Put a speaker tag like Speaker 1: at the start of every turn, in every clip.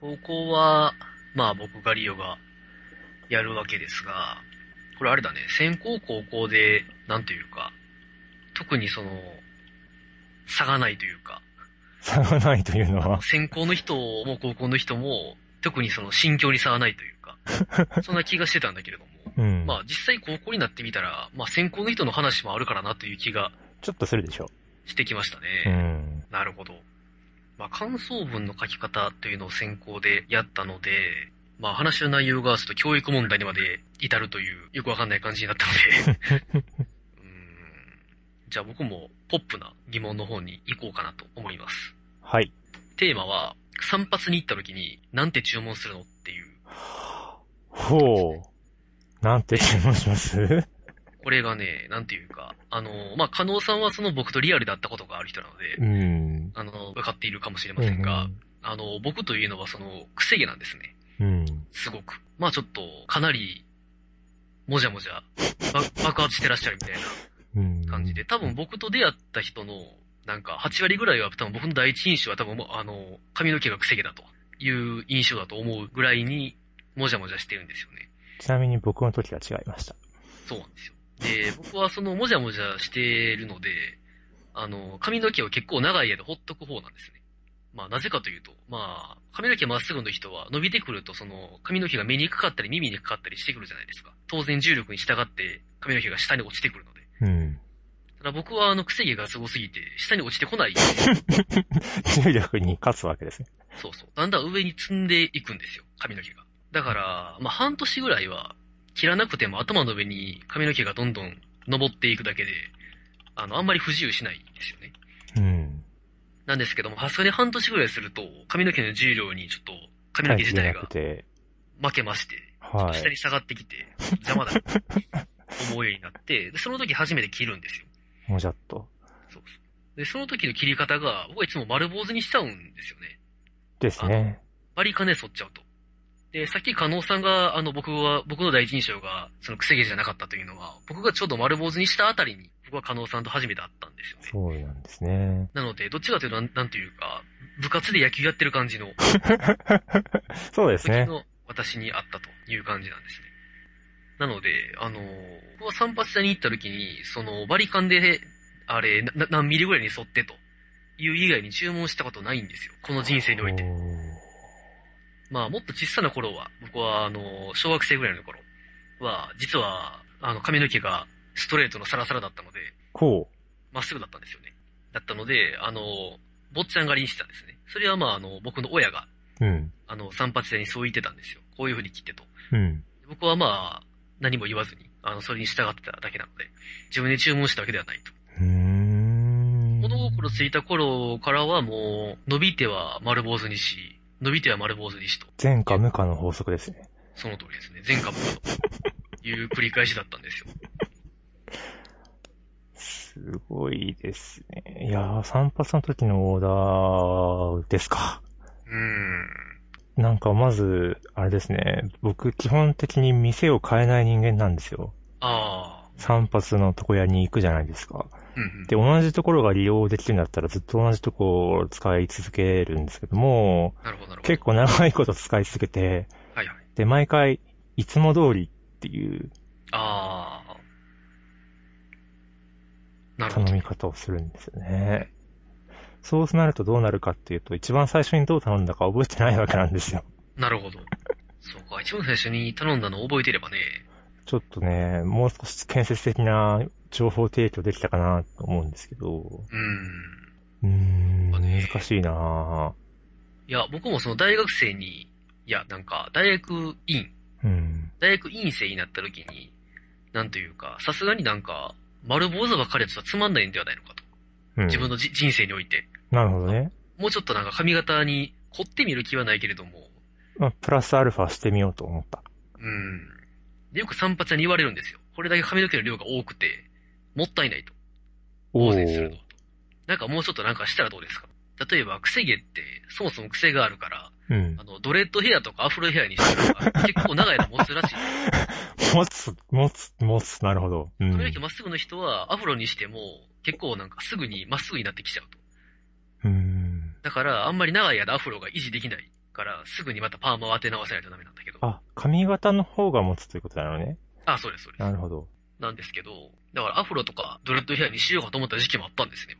Speaker 1: 高校は、まあ僕がリオがやるわけですが、これあれだね、先行高校で、なんというか、特にその、差がないというか、
Speaker 2: 差がないというのは。
Speaker 1: 先行の人も高校の人も、特にその心境に差はないというか、そんな気がしてたんだけれども、
Speaker 2: うん。
Speaker 1: まあ実際高校になってみたら、まあ先行の人の話もあるからなという気が
Speaker 2: ちょっとするでしょ。
Speaker 1: してきましたね。
Speaker 2: うん。
Speaker 1: なるほど。まあ、感想文の書き方というのを先行でやったので、まあ、話の内容がちょっと教育問題にまで至るという、よくわかんない感じになったので。 うーんじゃあ僕もポップな疑問の方に行こうかなと思います。
Speaker 2: はい。
Speaker 1: テーマは、散髪に行った時に、なんて注文するのっていう。
Speaker 2: ほう。なんて注文します
Speaker 1: これがね、なんていうか、あの、まあ、加納さんはその僕とリアルで会ったことがある人なので、
Speaker 2: うん。
Speaker 1: あの、分かっているかもしれま
Speaker 2: う
Speaker 1: せんが、
Speaker 2: ん。
Speaker 1: あの、僕というのはその、癖毛なんですね。
Speaker 2: うん。
Speaker 1: すごく。まあちょっと、かなり、もじゃもじゃ、ば爆発してらっしゃるみたい
Speaker 2: うん
Speaker 1: な感じで、多分僕と出会った人の、なんか8割ぐらいは多分僕の第一印象は多分もう、あの、髪の毛が癖毛だという印象だと思うぐらいに、もじゃもじゃしてるんですよね。
Speaker 2: ちなみに僕の時は違いました。
Speaker 1: そうなんですよ。で、 僕はそのもじゃもじゃしてるので、あの、髪の毛を結構長い間ほっとく方なんですね。まあ、なぜかというと、まあ、髪の毛まっすぐの人は伸びてくると、その、髪の毛が目にかかったり耳にかかったりしてくるじゃないですか。当然重力に従って髪の毛が下に落ちてくるので。
Speaker 2: うん。
Speaker 1: ただ僕はあの、癖毛がすごすぎて、下に落ちてこない。
Speaker 2: 重力に勝つわけですね。
Speaker 1: そうそう。だんだん上に積んでいくんですよ、髪の毛が。だから、まあ、半年ぐらいは、切らなくても頭の上に髪の毛がどんどん登っていくだけで、あの、あんまり不自由しないんですよね。
Speaker 2: うん。
Speaker 1: なんですけども、さすがに半年ぐらいすると、髪の毛の重量にちょっと、髪の
Speaker 2: 体
Speaker 1: 毛自
Speaker 2: 重
Speaker 1: 体
Speaker 2: な
Speaker 1: が
Speaker 2: くて、
Speaker 1: 負けまして、
Speaker 2: は
Speaker 1: 下
Speaker 2: い。
Speaker 1: に下がってきて、邪魔だ、思うようになって、でその時初めて切るんですよ。
Speaker 2: もじゃっと。
Speaker 1: そうそう。で、その時の切り方が、僕はいつも丸坊主にしちゃうんですよね。
Speaker 2: ですね。
Speaker 1: バリカネ剃っちゃうと。で、さっき加納さんが、あの、僕は、僕の第一印象が、その、癖毛じゃなかったというのは、僕がちょうど丸坊主にしたあたりに、僕は加納さんと初めて会ったんですよね。
Speaker 2: そうなんですね。
Speaker 1: なので、どっちかというと、なんなんというか、部活で野球やってる感じの、
Speaker 2: そうです
Speaker 1: 時
Speaker 2: ね。
Speaker 1: の私に会ったという感じなんですね。なので、あの、僕は散髪屋に行った時に、その、バリカンで、あれ、なな何ミリぐらいに沿ってと、いう以外に注文したことないんですよ。この人生において。まあ、もっと小さな頃は、僕は、あの、小学生ぐらいの頃は、実は、あの、髪の毛がストレートのサラサラだったので、
Speaker 2: こ
Speaker 1: まっすぐだったんですよね。だったので、あの、坊ちゃん狩りにしてたんですね。それはまあ、あの、僕の親が、
Speaker 2: う。うん。
Speaker 1: あの、散髪屋にそう言ってたんですよ。こういう風に切ってと。
Speaker 2: うん。
Speaker 1: 僕はまあ、何も言わずに、あの、それに従ってただけなので、自分で注文したわけではないと。
Speaker 2: うーん。
Speaker 1: 物心ついた頃からはもう、伸びては丸坊主にし、伸びては丸坊主にしと。
Speaker 2: 前科無科の法則ですね。
Speaker 1: その通りですね。全株という繰り返しだったんですよ。
Speaker 2: すごいですね。いやー、散髪の時のオーダーですか。
Speaker 1: うーん。
Speaker 2: なんかまず、あれですね。僕、基本的に店を変えない人間なんですよ。
Speaker 1: あ
Speaker 2: 散髪の床屋に行くじゃないですか。
Speaker 1: あ。うんうん。
Speaker 2: で、同じところが利用できるんだったらずっと同じところを使い続けるんですけども、
Speaker 1: なるほど、なるほど。
Speaker 2: 結構長いこと使い続けて、
Speaker 1: はいはい。
Speaker 2: で、毎回、いつも通りっていう
Speaker 1: ああ。なるほ
Speaker 2: 頼
Speaker 1: ど。
Speaker 2: み方をするんですよね。そうなるとどうなるかっていうと、一番最初にどう頼んだか覚えてないわけなんですよ。
Speaker 1: なるほど。そうか。一番最初に頼んだのを覚えてればね。
Speaker 2: ちょっとね、もう少し建設的な情報提供できたかなと思うんですけど、
Speaker 1: うーん。
Speaker 2: うーん、
Speaker 1: まあね
Speaker 2: 難しいなぁ。
Speaker 1: いや、僕もその大学生に、いや、なんか、大学院、
Speaker 2: うん。
Speaker 1: 大学院生になった時に、なんというか、さすがになんか、丸坊主ばっかりやつはつまんないんではないのかと。
Speaker 2: うん、
Speaker 1: 自分のじ人生において。
Speaker 2: なるほどね。
Speaker 1: もうちょっとなんか髪型に凝ってみる気はないけれども、
Speaker 2: まあ、プラスアルファしてみようと思った。
Speaker 1: うん。でよく散髪屋に言われるんですよ。これだけ髪の毛の量が多くて、もったいないと。
Speaker 2: お
Speaker 1: 大勢するの
Speaker 2: ー
Speaker 1: は。なんかもうちょっとなんかしたらどうですか例えば、癖毛って、そもそも癖があるから、
Speaker 2: うん
Speaker 1: あ。の、ドレッドヘアとかアフロヘアにしてる のが結構長い間持つらしい。
Speaker 2: 持つ、持つ、持つ、なるほど。うん。
Speaker 1: 髪の毛まっすぐの人はアフロにしても結構なんかすぐにまっすぐになってきちゃうと。
Speaker 2: うん。
Speaker 1: だからあんまり長い間アフロが維持できないから、すぐにまたパーマを当て直さないとダメなんだけど。あ、
Speaker 2: あ、髪型の方が持つということなのね。
Speaker 1: そうです、そうです
Speaker 2: な。るほど。
Speaker 1: なんですけど、だからアフロとかドレッドヘアにしようかと思った時期もあったんですね。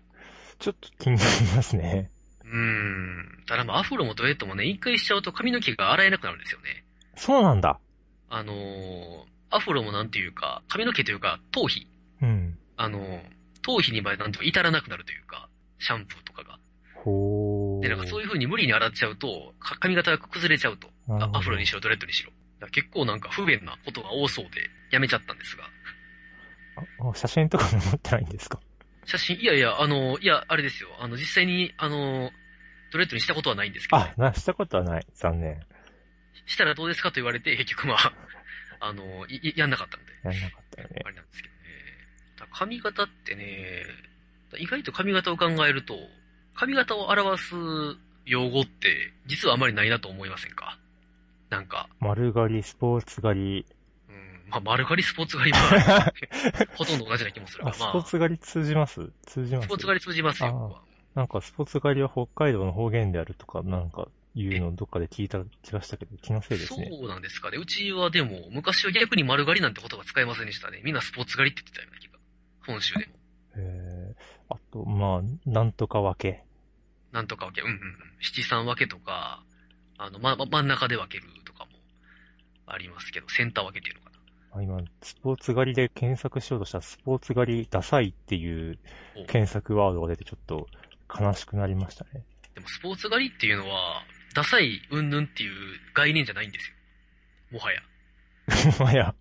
Speaker 2: ちょっと気になりますね。
Speaker 1: うーん。ただまあアフロもドレッドもね、一回しちゃうと髪の毛が洗えなくなるんですよね。
Speaker 2: そうなんだ。
Speaker 1: あのー、アフロもなんていうか、髪の毛というか、頭皮。
Speaker 2: うん。
Speaker 1: あのー、頭皮にまでなんていうか至らなくなるというか、シャンプーとかが。
Speaker 2: ほー。
Speaker 1: で、なんかそう
Speaker 2: い
Speaker 1: いう風に無理に洗っちゃうと、か髪型が崩れちゃうと。
Speaker 2: う
Speaker 1: あアフロにしろ、ドレッドにしろ。だから結構なんか不便なことが多そうで、やめちゃったんですが。
Speaker 2: 写真とかも持ってないんですか
Speaker 1: 写真、いやいや、あの、いや、あれですよ。あの、実際に、あの、ドレッドにしたことはないんですけど、
Speaker 2: あ、な、したことはない。残念。
Speaker 1: したらどうですかと言われて、結局まあ、 あの、いいやんなかったので、
Speaker 2: やんなかったよね。
Speaker 1: あれなんですけどね。だから髪型ってね、意外と髪型を考えると、髪型を表す用語って、実はあまりないなと思いませんかなんか、
Speaker 2: 丸刈り、スポーツ狩り。
Speaker 1: うん、まあ、丸刈り、スポーツ刈りは、 ほとんど同じな気もするが、
Speaker 2: あ、
Speaker 1: ま
Speaker 2: ス
Speaker 1: あ、
Speaker 2: ポーツ狩り通じます通じます
Speaker 1: スポーツ狩り通じますよ、
Speaker 2: あー
Speaker 1: 僕は
Speaker 2: なんかスポーツ狩りは北海道の方言であるとか、なんかいうのをどっかで聞いた気がしたけど、気のせいですね。
Speaker 1: そうなんですかね。うちはでも、昔は逆に丸刈りなんて言葉使いませんでしたね。みんなスポーツ刈りって言ってたような気が。本州でも。
Speaker 2: えー、あと、まあ、なんとか分け。
Speaker 1: なんとか分け、うんうんうん。七三分けとか、あの、ま、ま真ん中で分けるとかもありますけど、センター分けっていうのかな。
Speaker 2: あ今、スポーツ狩りで検索しようとしたら、スポーツ狩りダサいっていう
Speaker 1: お
Speaker 2: 検索ワードが出てちょっと悲しくなりましたね。
Speaker 1: でも、スポーツ狩りっていうのは、ダサい、うんぬんっていう概念じゃないんですよ。もはや。
Speaker 2: まあいや、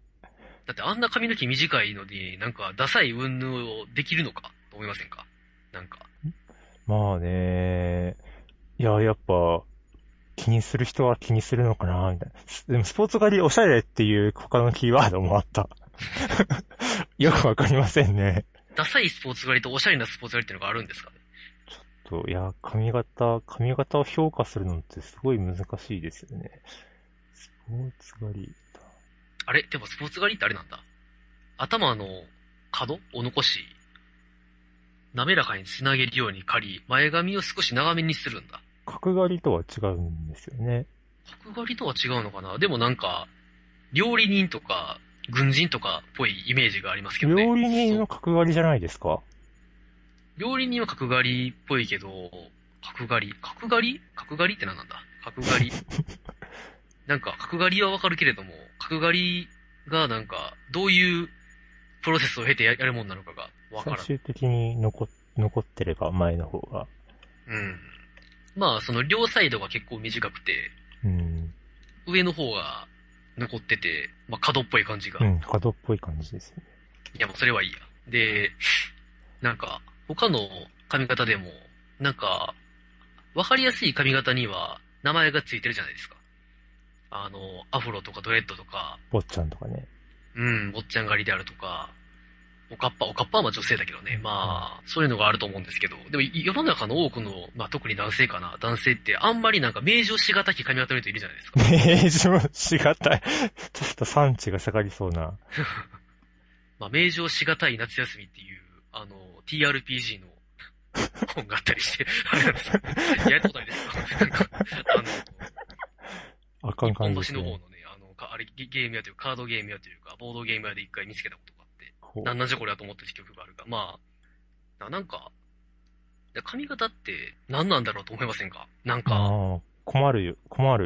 Speaker 1: だってあんな髪の毛短いのに、なんか、ダサい、うんぬんをできるのか、と思いませんかなんか。
Speaker 2: まあね、いや、やっぱ、気にする人は気にするのかな、みたいな。すでも、スポーツ狩りおしゃれっていう他のキーワードもあった。 よくわかりませんね。
Speaker 1: ダサいスポーツ狩りとおしゃれなスポーツ狩りっていうのがあるんですかね。
Speaker 2: と、いや、髪型、髪型を評価するのってすごい難しいですよね。スポーツ狩り。
Speaker 1: あれでもスポーツ狩りってあれなんだ。頭の角を残し、滑らかにつなげるように刈り、前髪を少し長めにするんだ。
Speaker 2: 角刈りとは違うんですよね。
Speaker 1: 角刈りとは違うのかなでもなんか、料理人とか、軍人とかっぽいイメージがありますけどね。
Speaker 2: 料理人
Speaker 1: そ
Speaker 2: の
Speaker 1: う
Speaker 2: 角刈りじゃないですか
Speaker 1: 料理人は角刈りっぽいけど、角刈り角刈り角刈りって何なんだ角刈り。なんか、角刈りはわかるけれども、角刈りがなんか、どういうプロセスを経てややるもんなのかがわから
Speaker 2: 最
Speaker 1: ん。
Speaker 2: 終的に残っ残ってれば前の方が。
Speaker 1: うん。まあ、その両サイドが結構短くて、
Speaker 2: うん。
Speaker 1: 上の方が残ってて、まあ角っぽい感じが。
Speaker 2: う
Speaker 1: い
Speaker 2: ん、角っぽい感じですよね。
Speaker 1: や、もうそれはいいや。で、なんか、他の髪型でも、なんか、わかりやすい髪型には名前がついてるじゃないですか。あの、アフロとかドレッドとか、
Speaker 2: 坊ちゃんとかね。
Speaker 1: うん、坊っちゃん狩りであるとか、おかっぱ、おかっぱはまあ女性だけどね。まあ、そういうのがあると思うんですけど、でもい世の中の多くの、まあ特に男性かな、男性ってあんまりなんか名称しがたき髪型の人いるじゃないですか。
Speaker 2: 明治もしがたい。ちょっと産地が下がりそうな。
Speaker 1: まあ名称しがたい夏休みっていう、あの、TRPG の本があったりして、 あれなんですややったことないですかなんか、あの、
Speaker 2: あかん
Speaker 1: 日
Speaker 2: 感
Speaker 1: 本
Speaker 2: じです
Speaker 1: 橋の方の
Speaker 2: ね
Speaker 1: ね。、あの、かあれゲゲーム屋というか、カードゲーム屋というか、ボードゲーム屋で一回見つけたことがあって、
Speaker 2: こう
Speaker 1: なんなんじゃこりゃと思った記憶があるが、まあ、ななんか、いや髪型って何なんだろうと思いませんかなんか、
Speaker 2: ああ、困るよ、困る。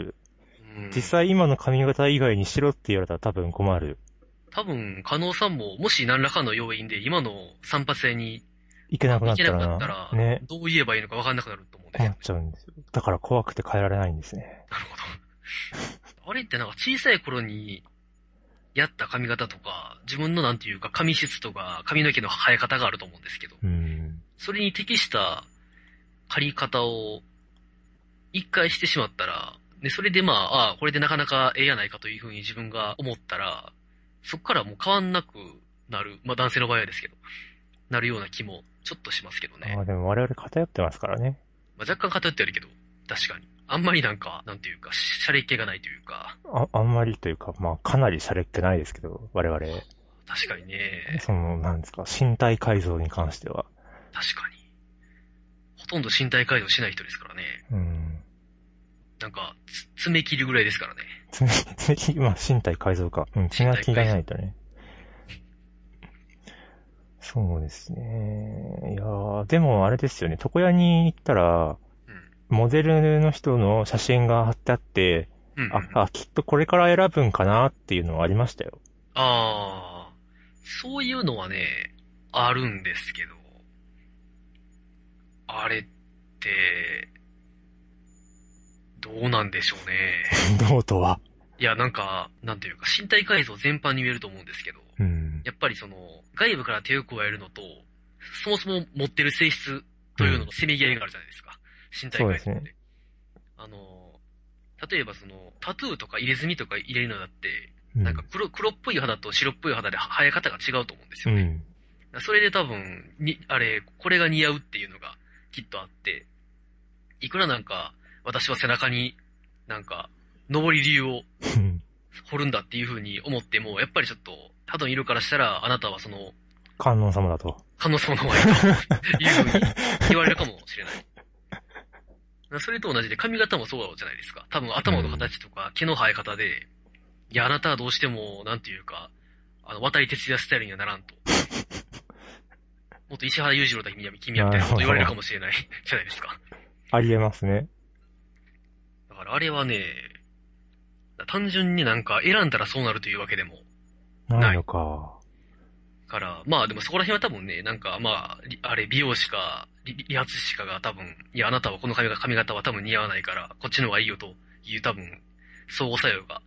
Speaker 1: うん
Speaker 2: 実際今の髪型以外にしろって言われたら多分困る。
Speaker 1: 多分、加納さんも、もし何らかの要因で今の散髪屋に
Speaker 2: いけなくな
Speaker 1: 行
Speaker 2: った
Speaker 1: けな
Speaker 2: ら
Speaker 1: く
Speaker 2: な。
Speaker 1: なったら、
Speaker 2: ね。
Speaker 1: どう言えばいいのか分かんなくなると思うんです
Speaker 2: 困
Speaker 1: よ
Speaker 2: っ。ちゃうんですよ。だから怖くて変えられないんですね。
Speaker 1: なるほど。あれってなんか小さい頃にやった髪型とか、自分のなんていうか髪質とか髪の毛の生え方があると思うんですけど、
Speaker 2: うん。
Speaker 1: それに適した借り方を一回してしまったら、で、それでまあ、ああ、これでなかなかええやないかというふうに自分が思ったら、そこからもう変わんなくなる、まあ男性の場合はですけど、なるような気もちょっとしますけどね。
Speaker 2: ああ、でも我々偏ってますからね。
Speaker 1: まあ若干偏ってるけど、確かに。あんまりなんか、なんていうか、シャレっ気がないというか、
Speaker 2: あ、あんまりというか、まあ、かなり洒落ってないですけど、我々。
Speaker 1: 確かにね。
Speaker 2: その、なんですか、身体改造に関しては。
Speaker 1: 確かに。ほとんど身体改造しない人ですからね。
Speaker 2: うん。
Speaker 1: なんか、つ爪切るぐらいですからね。
Speaker 2: 爪、爪切り、まあ、身体改造か。うん、爪は切らないとね。そうですね。いやーでもあれですよね。床屋に行ったら、モデルの人の写真が貼ってあって、
Speaker 1: うん。うん、うん。
Speaker 2: あ、あ、きっとこれから選ぶんかなっていうのはありました よ。
Speaker 1: あーそういうのはね、あるんですけど、あれって、どうなんでしょうね。
Speaker 2: ノートは。
Speaker 1: いや、なんか、なんていうか、身体改造全般に言えると思うんですけど、
Speaker 2: うん。
Speaker 1: やっぱりその、外部から手を加えるのと、そもそも持ってる性質というののせめぎ合いがあるじゃないですか。身体改造
Speaker 2: そう
Speaker 1: っ
Speaker 2: で
Speaker 1: て。
Speaker 2: す
Speaker 1: あの、例えばその、タトゥーとか入れ墨とか入れるのだって、
Speaker 2: う
Speaker 1: なんか黒黒っぽい肌と白っぽい肌では生え方が違うと思うんです
Speaker 2: う
Speaker 1: よね。
Speaker 2: ん。
Speaker 1: それで多分、に、あれ、これが似合うっていうのがきっとあって、いくらなんか、私は背中になんか、上り竜を
Speaker 2: うん
Speaker 1: 掘るんだっていう風に思っても、やっぱりちょっと、肌の色からしたら、あなたはその、
Speaker 2: 観音様だと。
Speaker 1: 観音様の前だという風に言われるかもしれない。それと同じで髪型もそうじゃないですか。多分頭の形とか毛の生え方で、いや、あなたはどうしても、なんていうか、あの、渡り哲也スタイルにはならんと。もっと石原裕次郎だ君は君はみたいなこと言われるかもしれないじゃないですか。
Speaker 2: ありえますね。
Speaker 1: だからあれはね、単純になんか選んだらそうなるというわけでも、
Speaker 2: ないのか。
Speaker 1: から、まあでもそこら辺は多分ね、なんかまあ、りあれ、美容師か、り理髪師かが多分、いや、あなたはこの髪が髪型は多分似合わないから、こっちの方がいいよという多分、相互作用が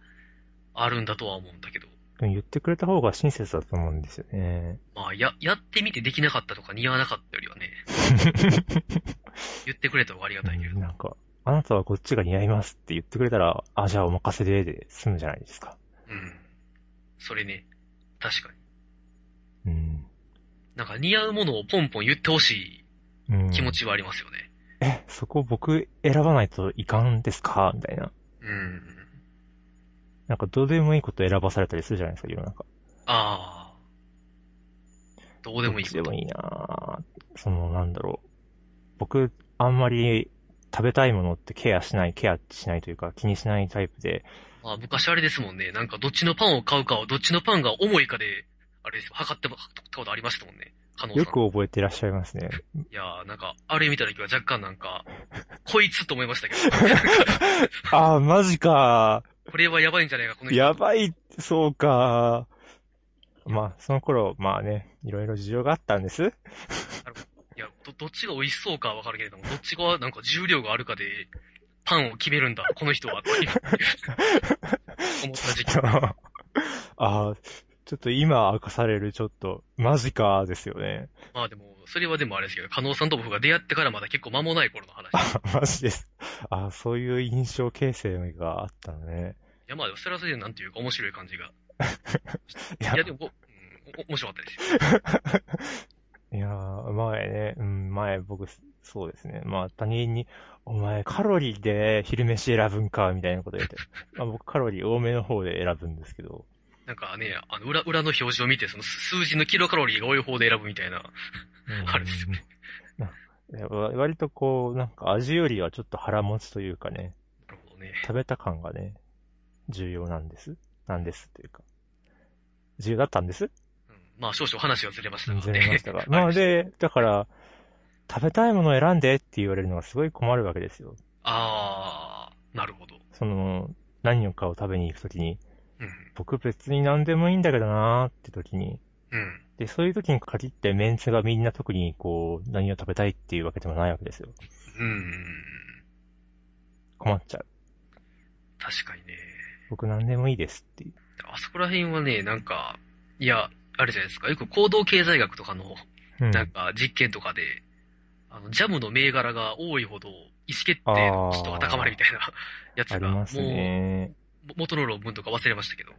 Speaker 1: あるんだとは思うんだけど、
Speaker 2: でも言ってくれた方が親切だと思うんですよ ね。
Speaker 1: まあ、や、やってみてできなかったとか似合わなかったよりはね、言ってくれた方がありがたいけれ
Speaker 2: う
Speaker 1: ど
Speaker 2: ん。なんか、あなたはこっちが似合いますって言ってくれたら、あ、じゃあお任せでで済むじゃないですか。
Speaker 1: うん。それね、確かに。
Speaker 2: うん。
Speaker 1: なんか似合うものをポンポン言ってほし
Speaker 2: うん、
Speaker 1: い気持。ちはありますよね。
Speaker 2: え、そこ僕選ばないといかんですかみたいな。
Speaker 1: うん。
Speaker 2: なんかどうでもいいこと選ばされたりするじゃないですか、世の中。
Speaker 1: ああ。どうでもいいこ
Speaker 2: どっち
Speaker 1: と
Speaker 2: でもいいなぁその、なんだろう。僕、あんまり食べたいものってケアしない、ケアしないというか気にしないタイプで、
Speaker 1: まあ、昔あれですもんね。なんか、どっちのパンを買うかを、どっちのパンが重いかで、あれですよ、測っても、測ったことありましたもんね。加納さん。
Speaker 2: よく覚えてらっしゃいますね。
Speaker 1: いやー、なんか、あれ見た時は若干なんか、こいつと思いましたけ
Speaker 2: ああ、マジか
Speaker 1: ど、これはやばいんじゃないか、この
Speaker 2: ー。やばい、そうかー。まあ、その頃、まあね、いろいろ事情があったんです。
Speaker 1: いやど、どっちが美味しそうかはわかるけれども、どっちがなんか重量があるかで、パンを決めるんだ、この人は、という思った時期。
Speaker 2: ああ、ちょっと今明かされる、ちょっと、マジかーですよね。
Speaker 1: まあでも、それはでもあれですけど、加納さんと僕が出会ってからまだ結構間もない頃の話。い
Speaker 2: マジです。ああ、そういう印象形成があったのね。
Speaker 1: や、まあ、それはそれでなんていうか面白い感じが。
Speaker 2: い
Speaker 1: いや、でも、こうん、お面白かったです。
Speaker 2: いやー、前ね、うん、前僕、そうですね。まあ、他人に、お前カロリーで昼飯選ぶんか、みたいなこと 言って。まあ、僕カロリー多めの方で選ぶんですけど。
Speaker 1: なんかね、あの、裏、裏の表示を見て、その数字のキロカロリーが多い方で選ぶみたいな。あれですよ ね
Speaker 2: うん。なわ割とこう、なんか味よりはちょっと腹持ちというかね、
Speaker 1: なるほどね。
Speaker 2: 食べた感がね、重要なんです。なんですというか。重要だったんです
Speaker 1: うん、まあ、少々話はずれましたがね。
Speaker 2: ずれましたが。なの
Speaker 1: はい、
Speaker 2: で、だから、食べたいものを選んでって言われるのがすごい困るわけですよ。
Speaker 1: あー、なるほど。
Speaker 2: その、何をかを食べに行くときに、
Speaker 1: うん、
Speaker 2: 僕別に何でもいいんだけどなーって時に、
Speaker 1: うん。
Speaker 2: で、そういう時に限ってメンツがみんな特にこう、何を食べたいっていうわけでもないわけですよ。
Speaker 1: うん。
Speaker 2: 困っちゃう。
Speaker 1: 確かにね。
Speaker 2: 僕何でもいいですっていう。
Speaker 1: あそこら辺はね、なんか、いや、あれじゃないですか。よく行動経済学とかの、
Speaker 2: うん。
Speaker 1: なんか実験とかで、あの、ジャムの銘柄が多いほど、意思決定の質が高まるみたいな やつ
Speaker 2: あり
Speaker 1: が、
Speaker 2: ますね。
Speaker 1: もう、元の論文とか忘れましたけど。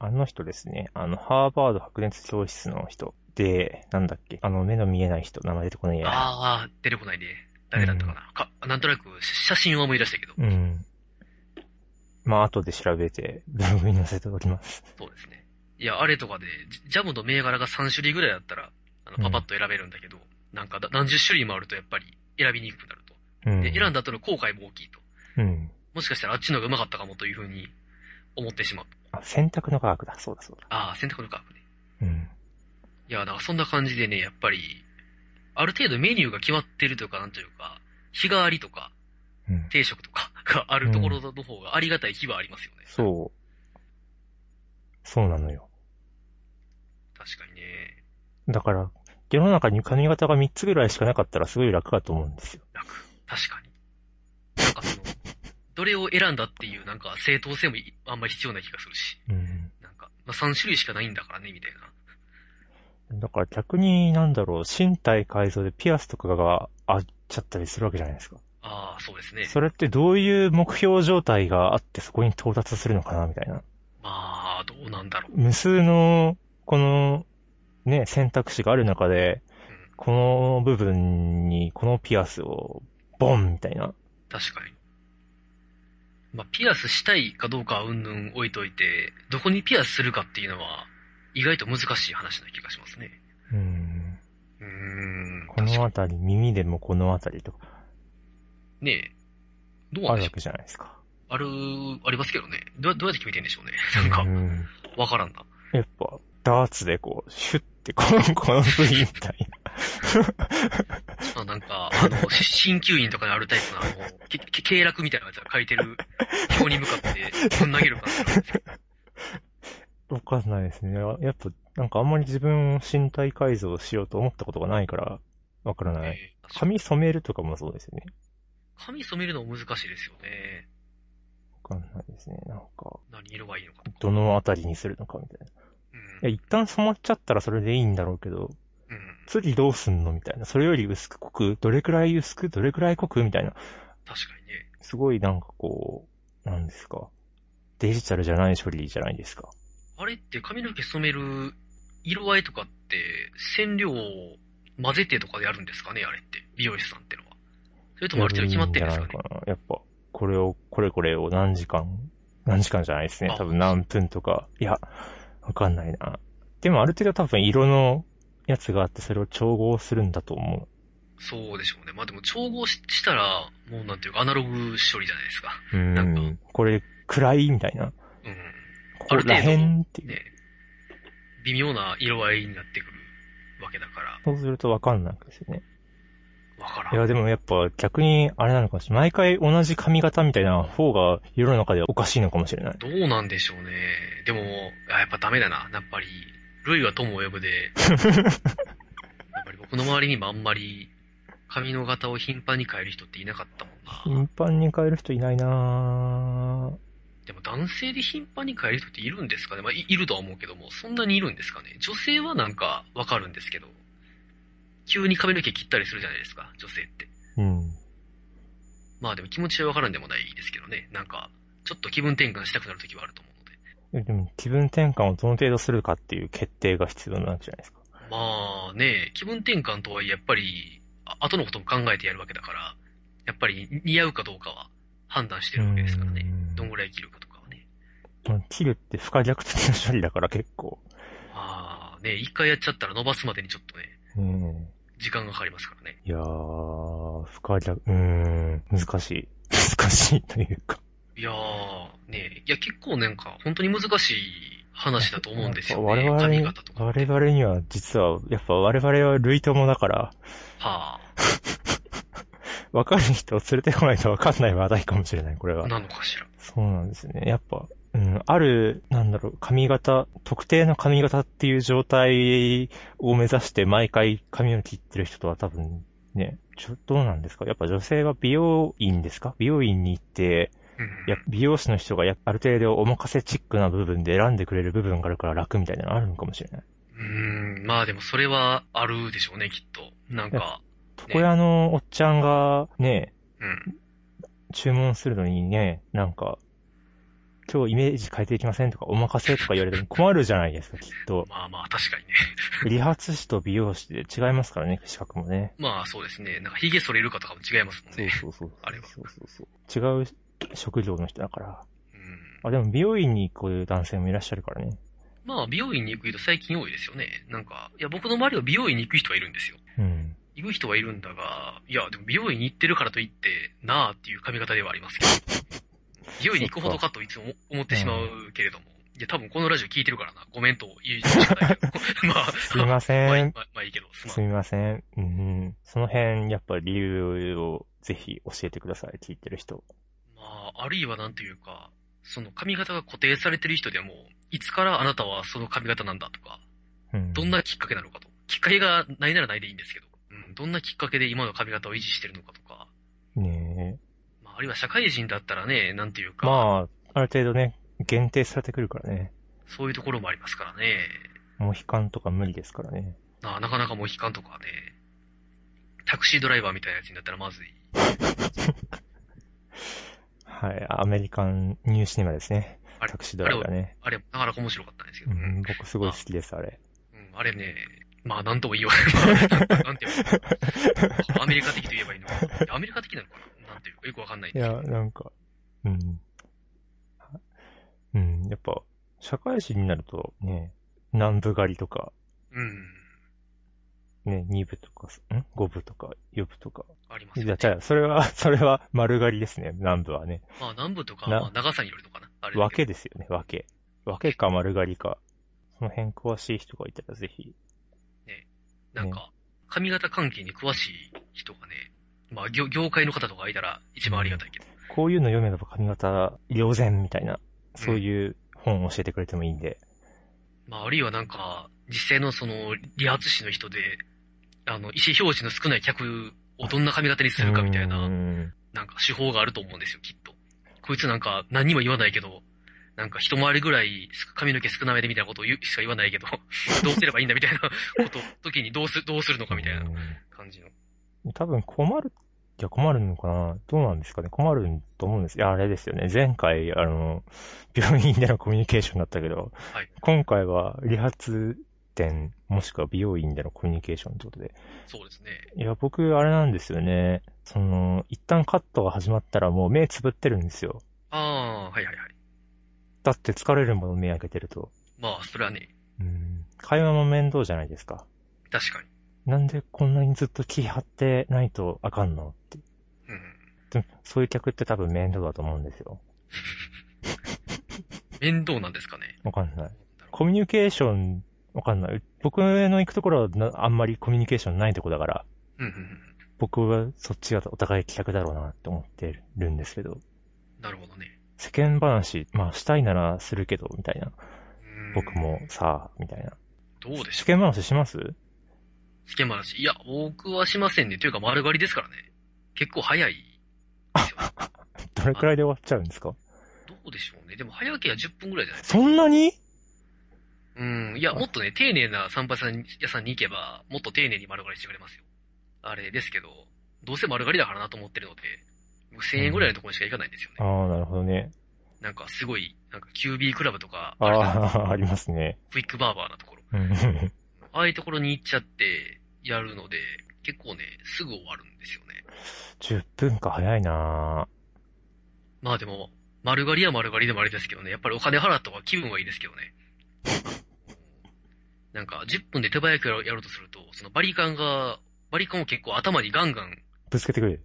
Speaker 2: あの人ですね。あの、ハーバード白熱教室の人で、なんだっけ、あの、目の見えない人、名前出てこないや。
Speaker 1: ああ、出てこないね。誰だったかな。かなんとなく写真は思い出したけど、
Speaker 2: うん。まあ、後で調べて、ブログに載せておきます。
Speaker 1: そうですね。いや、あれとかで、ジジャムの銘柄が3種類ぐらいだったら、あ
Speaker 2: うん
Speaker 1: のパパッと選べるんだけど、なんかだ何十種類もあるとやっぱり選びにくくなると。
Speaker 2: うん。
Speaker 1: で、選んだ後の後悔も大きいと。
Speaker 2: うん。
Speaker 1: もしかしたらあっちの方がうまかったかもというふうに思ってしまう。
Speaker 2: あ、選択の科学だ。そうだそうだ。
Speaker 1: ああ、選択の科学ね。
Speaker 2: うん。
Speaker 1: いや、だからそんな感じでね、やっぱり、ある程度メニューが決まってるというか、なんというか、日替わりとか、
Speaker 2: うん。
Speaker 1: 定食とかがあるところの方がありがたい日はありますよね。
Speaker 2: そう。そうなのよ。
Speaker 1: 確かにね。
Speaker 2: だから、世の中に髪型が3つぐらいしかなかったらすごい楽だと思うんですよ。
Speaker 1: 確かに。なんかその、 どれを選んだっていう、なんか正当性もいあんまり必要な気がするし。
Speaker 2: うん。
Speaker 1: なんか、まあ、3種類しかないんだからね、みたいな。
Speaker 2: だから逆に、なんだろう、身体改造でピアスとかがあっちゃったりするわけじゃないですか。
Speaker 1: ああ、そうですね。
Speaker 2: それってどういう目標状態があってそこに到達するのかな、みたいな。
Speaker 1: まあ、どうなんだろう。
Speaker 2: 無数の、この、ね、選択肢がある中で、
Speaker 1: うん、
Speaker 2: この部分にこのピアスを、ボンみたいな。
Speaker 1: 確かに。まあ、ピアスしたいかどうかはうんぬん置いといて、どこにピアスするかっていうのは、意外と難しい話な気がしますね。
Speaker 2: うん。
Speaker 1: うーん。
Speaker 2: この
Speaker 1: 確か
Speaker 2: あたり、耳でもこのあたりとか、
Speaker 1: にねえ。どうなん
Speaker 2: あ
Speaker 1: でし
Speaker 2: る
Speaker 1: ょ
Speaker 2: わ
Speaker 1: う
Speaker 2: けじゃないですか。
Speaker 1: ある、ありますけどね。どうどうやって決めてんでしょうね。なんか
Speaker 2: う、ん。
Speaker 1: わからんな。
Speaker 2: やっぱ、ダーツでこう、シュッて、この、この部位みたい
Speaker 1: まあなんか、あ の、鍼灸院とかにあるタイプの、あの、けけ経絡みたいなやつが書いて る、表に向かって、ぶん投げる感じなんですけど
Speaker 2: な。わかんないですね。ややっぱ、なんかあんまり自分を身体改造しようと思ったことがないから、わからない。
Speaker 1: ね。確かに
Speaker 2: 髪染めるとかもそうですよね。
Speaker 1: 髪染めるの難しいですよね。
Speaker 2: わかんないですね。なんか、
Speaker 1: 何色がいいのかとか。
Speaker 2: どのあたりにするのかみたいな。い
Speaker 1: うん。
Speaker 2: や、一旦染まっちゃったらそれでいいんだろうけど、
Speaker 1: うん。
Speaker 2: 次どうすんのみたいな。それより薄く濃く、どれくらい薄く、どれくらい濃くみたいな。
Speaker 1: 確かにね。
Speaker 2: すごいなんかこう、なんですか。デジタルじゃない処理じゃないですか。
Speaker 1: あれって髪の毛染める色合いとかって、染料を混ぜてとかでやるんですかねあれって。美容師さんってのは。それともある程度決まってるんですかね
Speaker 2: やるんじゃないかなやっぱ、これを、これこれを何時間何時間じゃないですね
Speaker 1: あ。
Speaker 2: 多分何分とか。いや、わかんないな。でもある程度多分色のやつがあって、それを調合するんだと思
Speaker 1: そうでしょうね。まあでも調合ししたら、もうなんていうかアナログ処理じゃないですか。
Speaker 2: う。う
Speaker 1: なんか
Speaker 2: ん。これ、暗いみたいな。
Speaker 1: うん。
Speaker 2: ここら辺っていう。
Speaker 1: ね。微妙な色合いになってくるわけだから、
Speaker 2: そうするとわかんないですよね。
Speaker 1: わから
Speaker 2: い
Speaker 1: ん。
Speaker 2: や、でもやっぱ逆にあれなのかもしれない。毎回同じ髪型みたいな方が世の中ではおかしいのかもしれない。
Speaker 1: どうなんでしょうね。でも、あやっぱダメだな。やっぱり、ルイは友を呼ぶで、 やっぱり僕の周りにもあんまり、髪の型を頻繁に変える人っていなかったもんな。
Speaker 2: 頻繁に変える人いないなぁ。
Speaker 1: でも男性で頻繁に変える人っているんですかねまあ、いいるとは思うけども、そんなにいるんですかね女性はなんかわかるんですけど、急に髪の毛切ったりするじゃないですか、女性って。
Speaker 2: うん。
Speaker 1: まあでも気持ちはわからんでもないですけどね。なんか、ちょっと気分転換したくなる時はあると思うので。
Speaker 2: えでも、気分転換をどの程度するかっていう決定が必要なんじゃないですか。
Speaker 1: まあね、気分転換とはいえやっぱり、あ後のことも考えてやるわけだから、やっぱり似合うかどうかは判断してるわけですからね
Speaker 2: う。ん
Speaker 1: どんぐらい切るかとかはね。
Speaker 2: まあ切るって不可逆的な処理だから結構。
Speaker 1: まあね、一回やっちゃったら伸ばすまでにちょっとね、
Speaker 2: うん。
Speaker 1: 時間がかかりますからね。
Speaker 2: いやー、不可逆、うーん、難しい。 難しいというか。
Speaker 1: いやー、ね、いや結構なんか本当に難しい話だと思うんですよね。
Speaker 2: やっぱ
Speaker 1: 髪
Speaker 2: 我々
Speaker 1: 型と、か。
Speaker 2: 我々には実は、やっぱ我々は類友だから、
Speaker 1: は
Speaker 2: わかる人を連れてこないとわかんない話題かもしれない、これ
Speaker 1: あ、
Speaker 2: は。
Speaker 1: なのかしら。
Speaker 2: そうなんですね。やっぱ、うん、ある、なんだろう、髪型、特定の髪型っていう状態を目指して毎回髪を切ってる人とは多分、ね、ちょ、どうなんですかやっぱ女性は美容院ですか美容院に行って、
Speaker 1: うん
Speaker 2: や、美容師の人がやある程度お任せチックな部分で選んでくれる部分があるから楽みたいなのあるのかもしれない。
Speaker 1: うーん、まあでもそれはあるでしょうね、きっと。なんか、
Speaker 2: 床屋のおっちゃんが、ね、
Speaker 1: うん。
Speaker 2: 注文するのにね、なんか、今日イメージ変えていきませんとか、お任せとか言われても困るじゃないですか、きっと。
Speaker 1: まあまあ、確かにね。
Speaker 2: 理髪師と美容師で違いますからね、資格もね。
Speaker 1: まあそうですね。なんか、髭剃れるかとかも違いますもんね。
Speaker 2: そうそう。
Speaker 1: あれは
Speaker 2: そうそうそう。違う職業の人だから。
Speaker 1: うん。
Speaker 2: あ、でも美容院にこういう男性もいらっしゃるからね。
Speaker 1: まあ、美容院に行く人最近多いですよね。なんか、いや、僕の周りは美容院に行く人はいるんですよ。
Speaker 2: うん。
Speaker 1: 行く人 はいるんだが、いや、でも美容院に行ってるからといって、なあっていう髪型ではありますけど。勢いに行くほどかといつも思ってしまうけれども。いや、多分このラジオ聞いてるからな。ごめんと言うしか ないけど。まあ、
Speaker 2: すいませ
Speaker 1: まあいい、
Speaker 2: ん。
Speaker 1: まあまあいいけど、すますん。
Speaker 2: みません。うんうん。その辺、やっぱ理由をぜひ教えてください。聞いてる人。
Speaker 1: まあ、あるいはなんというか、その髪型が固定されてる人でも、いつからあなたはその髪型なんだとか、
Speaker 2: うん。
Speaker 1: どんなきっかけなのかと。きっかけがないならないでいいんですけど、うん、どんなきっかけで今の髪型を維持してるのかとか、
Speaker 2: ねえ。
Speaker 1: まあ、あるいは社会人だったらね、なんていうか、
Speaker 2: まあ、ある程度ね、限定されてくるからね。
Speaker 1: そういうところもありますからね。
Speaker 2: モヒカンとか無理ですからね。
Speaker 1: なあなかなかモヒカンとかね、タクシードライバーみたいなやつになったらまずい。
Speaker 2: はい。アメリカンニューシネマですね。
Speaker 1: あれ
Speaker 2: タクシードライバーね。
Speaker 1: あれ、なかなか面白かったんですけ
Speaker 2: う
Speaker 1: ど、
Speaker 2: ん、僕すごい好きです、あ れ。
Speaker 1: うんあれね、まあなんとも言わない。まあなんていうのアメリカ的と言えばいいのか。いやアメリカ的なのかななんていうか、よくわかんないん
Speaker 2: い
Speaker 1: ですけど
Speaker 2: や、なんか、うん。うん、やっぱ、社会人になるとね、南部狩りとか、
Speaker 1: うん。
Speaker 2: ね、二部とか、ん五部とか、四部とか。
Speaker 1: あります
Speaker 2: い
Speaker 1: よ
Speaker 2: や、
Speaker 1: ね。
Speaker 2: じゃあ、それは、 それは丸狩りですね、南部はね。
Speaker 1: まあ南部とか、
Speaker 2: な
Speaker 1: まあ長さによるのかな。あれだ
Speaker 2: 分
Speaker 1: け
Speaker 2: けですよね、分け。分けか丸狩りか。その辺詳しい人がいたらぜひ。
Speaker 1: どなんか、髪型関係に詳しい人がね、まあ業業界の方とかがいたら一番ありがたいけど。
Speaker 2: こういうの読めば髪型、良然みたいな、そういう本を教えてくれてもいいんで。
Speaker 1: まああるいはなんか、実際のその理髪師の人で、あの、意思表示の少ない客をどんな髪型にするかみたいな
Speaker 2: う。ん
Speaker 1: なんか手法があると思うんですよ、きっと。こいつなんか何にも言わないけど、なんか一回りぐらいす髪の毛少なめでみたいなことを言うしか言わないけど、 どうすればいいんだみたいな こと、時にどうす、どうするのかみたいな感じの。
Speaker 2: 多分困る、いや困るのかなどうなんですかね困ると思うんです。いや、あれですよね。前回、あの、 病院でのコミュニケーションだったけど、
Speaker 1: はい
Speaker 2: 今回は理髪店、もしくは美容院でのコミュニケーションということで。
Speaker 1: そうですね。
Speaker 2: いや、僕、あれなんですよね。その、一旦カットが始まったらもう目つぶってるんですよ。
Speaker 1: ああ、はいはいはい。
Speaker 2: だって疲れるもの目開けてると。
Speaker 1: まあ、それはね、
Speaker 2: うん。会話も面倒じゃないですか。
Speaker 1: 確かに。
Speaker 2: なんでこんなにずっと気張ってないとあかんのって。
Speaker 1: うん。
Speaker 2: でもそういう客って多分面倒だと思うんですよ。
Speaker 1: 面倒なんですかね。
Speaker 2: わかんない。
Speaker 1: なんだろ
Speaker 2: コミュニケーション、わかんない。僕の行くところはなあんまりコミュニケーションないとこだから、
Speaker 1: ううんうんうん。
Speaker 2: 僕はそっちがお互い気楽だろうなって思ってるんですけど、
Speaker 1: なるほどね。
Speaker 2: 世間話、まあしたいならするけど、みたいな。
Speaker 1: うん
Speaker 2: 僕も。さあ、みたいな。
Speaker 1: どうでし
Speaker 2: 世
Speaker 1: ょ
Speaker 2: 間話します
Speaker 1: う。つけまらし。いや、僕はしませんね。というか丸刈りですからね。結構早いですよね。
Speaker 2: どれくらいで終わっちゃうんですか
Speaker 1: どうでしょうね。でも早ければ10分ぐらいじゃないですか
Speaker 2: そんなに
Speaker 1: うん。いや、もっとね、丁寧な散髪屋さんに行けば、もっと丁寧に丸刈りしてくれますよ。あれですけど、どうせ丸刈りだからなと思ってるので、僕1000円ぐらいのところにしか行かないんですよ
Speaker 2: あ
Speaker 1: ね。
Speaker 2: あ、なるほどね。
Speaker 1: なんかすごい、なんか QB クラブとか、
Speaker 2: あ
Speaker 1: あるじゃないですか
Speaker 2: あ、ありますね。
Speaker 1: クイックバーバーなところ。
Speaker 2: うん
Speaker 1: ああいうところに行っちゃって、やるので、結構ね、すぐ終わるんですよね。
Speaker 2: 10分か早いな
Speaker 1: まあでも、丸刈りは丸刈りでもあれですけどね、やっぱりお金払った方が気分はいいですけどね。なんか、10分で手早くやろうやろうとすると、そのバリカンが、バリカンを結構頭にガンガン
Speaker 2: ぶつけてくる。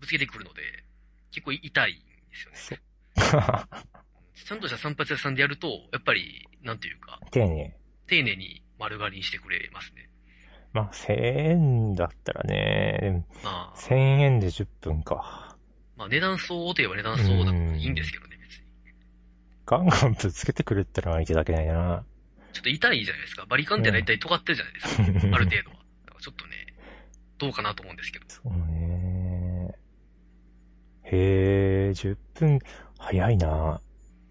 Speaker 1: ぶつけてくるので、結構痛いんですよね。
Speaker 2: そ
Speaker 1: ちゃんとした散髪屋さんでやると、やっぱり、なんていうか、
Speaker 2: 丁寧。
Speaker 1: 丁寧に丸刈りにしてくれますね。
Speaker 2: まあ、1000円だったらね、でも
Speaker 1: まあ、
Speaker 2: 1000円で10分か。
Speaker 1: まあ値段相応といえば値段相応だからいいんですけどね、別に。
Speaker 2: ガンガンぶつけてくるってのはいただけないな。
Speaker 1: ちょっと痛いじゃないですか。バリカンって大体尖ってるじゃないですか。ある程度は。だからちょっとね、どうかなと思うんですけど。
Speaker 2: そうね。へえ、10分、早いな。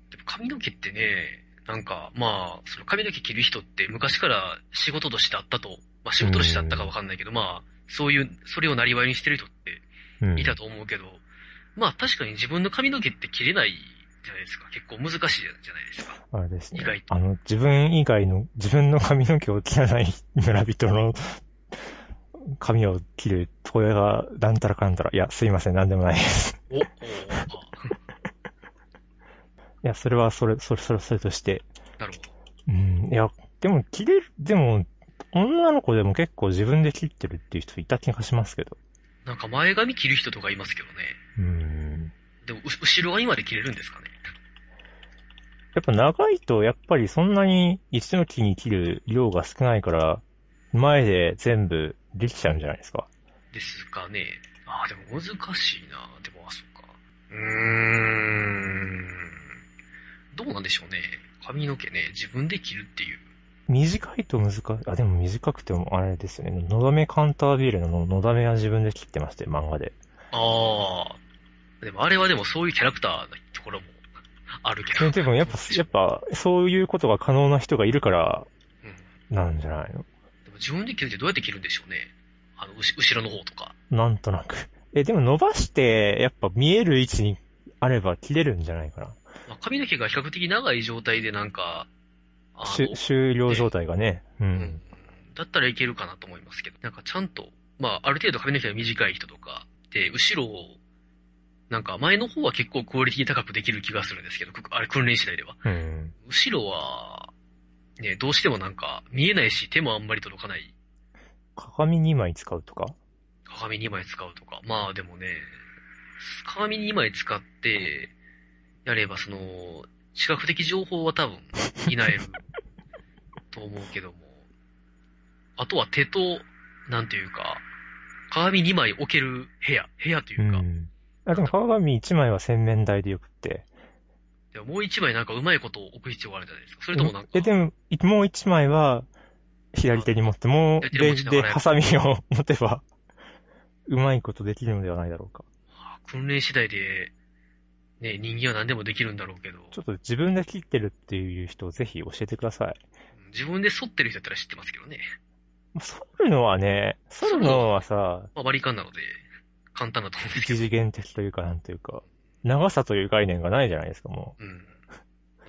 Speaker 1: でも髪の毛ってね、なんか、まあ、その髪の毛切る人って昔から仕事としてあったと、まあ仕事としてあったかわかんないけど、まあ、そういう、それをなりわいにしてる人って
Speaker 2: うん。
Speaker 1: いたと思うけど、まあ確かに自分の髪の毛って切れないじゃないですか。結構難しいじゃじゃないですか。
Speaker 2: あれですね
Speaker 1: 意外。と
Speaker 2: あの、自分以外の、自分の髪の毛を切らない 村人の髪を切る、これが、なんたらかんたら。いや、すいません、なんでもないです。
Speaker 1: お、おー
Speaker 2: いや、それは、それ、それ、それ、それとして。
Speaker 1: あ、なるほど。
Speaker 2: うん、いや、でも、切れる、でも、女の子でも結構自分で切ってるっていう人いた気がしますけど。
Speaker 1: なんか前髪切る人とかいますけどね。
Speaker 2: うん。
Speaker 1: でも、う後ろは今で切れるんですかね
Speaker 2: やっぱ長いと、やっぱりそんなに一度の木に切る量が少ないから、前で全部できちゃうんじゃないですか。
Speaker 1: ですかね。ああ、でも難しいな。でも、あ、そっか。うーん。どうなんでしょうね。髪の毛ね、自分で切るっていう。
Speaker 2: 短いと難しい。あ、でも短くてもあれですよね。のだめカンタービールののだめは自分で切ってまして、漫画で。
Speaker 1: ああ。でも、あれはでもそういうキャラクターなところもあるけ
Speaker 2: そ
Speaker 1: ど。
Speaker 2: れでもやっぱ、やっぱ、そういうことが可能な人がいるから、なんじゃないの
Speaker 1: でも自分で切るってどうやって切るんでしょうね。あの、うし後ろの方とか。
Speaker 2: なんとなく。え、でも伸ばして、やっぱ見える位置にあれば切れるんじゃないかな。
Speaker 1: まあ、髪の毛が比較的長い状態でなんか、あ
Speaker 2: し
Speaker 1: の
Speaker 2: ゅ、終了状態がね。う
Speaker 1: うんん。だったらいけるかなと思いますけど、なんかちゃんと、まあ、ある程度髪の毛が短い人とか、で、後ろを、なんか前の方は結構クオリティ高くできる気がするんですけど、くあれ訓練次第では。
Speaker 2: うん。
Speaker 1: 後ろは、ね、どうしてもなんか見えないし手もあんまり届かない
Speaker 2: 鏡2枚使うとか
Speaker 1: 鏡2枚使うとか。まあでもね、鏡2枚使って、やればその、視覚的情報は多分、担 えると思うけども。あとは手と、なんていうか、鏡2枚置ける部屋、部屋というか、
Speaker 2: ん。あ、でも鏡1枚は洗面台でよくって。
Speaker 1: でももう1枚なんかうまいことを置く必要があるんじゃないですか。それともなんか、
Speaker 2: え、でも、いもう1枚は、左手に持って、もう、
Speaker 1: 左手に持
Speaker 2: で、
Speaker 1: ちながら
Speaker 2: で、ハサミを持てば、うまいことできるのではないだろうか。
Speaker 1: あ訓練次第で、ね、人間は何でもできるんだろうけど、
Speaker 2: ちょっと自分で切ってるっていう人をぜひ教えてください。
Speaker 1: 自分で反ってる人だったら知ってますけどね。
Speaker 2: 剃るのはね、剃るのはさ、
Speaker 1: まあ、割り勘なので、簡単だと思うんですけ
Speaker 2: 一
Speaker 1: ど。
Speaker 2: 次元的というか、なんというか、長さという概念がないじゃないですか、も
Speaker 1: うん。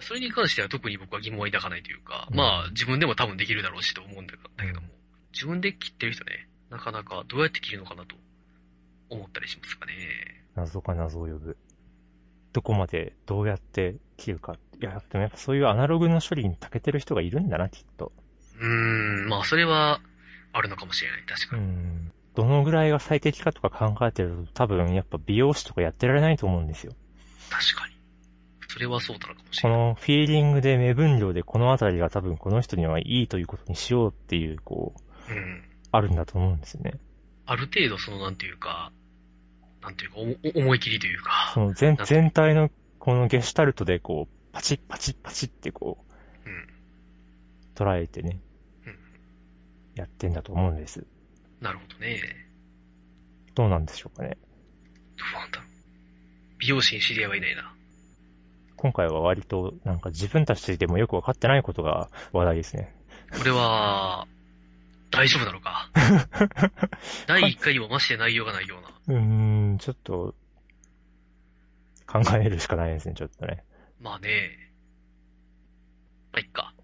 Speaker 1: それに関しては特に僕は疑問は抱かないというか、
Speaker 2: うん
Speaker 1: まあ自分でも多分できるだろうしと思うんだけども、自分で切ってる人ね、なかなかどうやって切るのかなと思ったりしますかね。
Speaker 2: う。謎か謎を呼ぶ。どこまでどうやって切るか。いや、でもやっぱそういうアナログの処理に長けてる人がいるんだな、きっと。
Speaker 1: うーん、まあそれはあるのかもしれない、確か
Speaker 2: う
Speaker 1: に。
Speaker 2: ん。どのぐらいが最適かとか考えてると、多分やっぱ美容師とかやってられないと思うんですよ。
Speaker 1: 確かに。それはそうなのかもし
Speaker 2: こ
Speaker 1: れない。
Speaker 2: のフィーリングで目分量でこのあたりが多分この人にはいいということにしようっていう、こう、
Speaker 1: うん。
Speaker 2: あるんだと思うんですよね。
Speaker 1: ある程度そのなんていうか、なんていうか、おお思い切りというか
Speaker 2: そ、の全
Speaker 1: なんか
Speaker 2: 全体のこのゲシュタルトでこう、パチッパチッパチッってこう、
Speaker 1: うん。
Speaker 2: 捉えてね、
Speaker 1: うん
Speaker 2: やってんだと思うんです。
Speaker 1: なるほどね。
Speaker 2: どうなんでしょうかね。
Speaker 1: どうなんだろう。美容師に知り合いはいないな。
Speaker 2: 今回は割となんか自分たちでもよくわかってないことが話題ですね。
Speaker 1: これは、大丈夫なのか第1回にもまして内容がないような。
Speaker 2: うーん、ちょっと、考えるしかないですね、ちょっとね。
Speaker 1: まあね。まあ、いっか。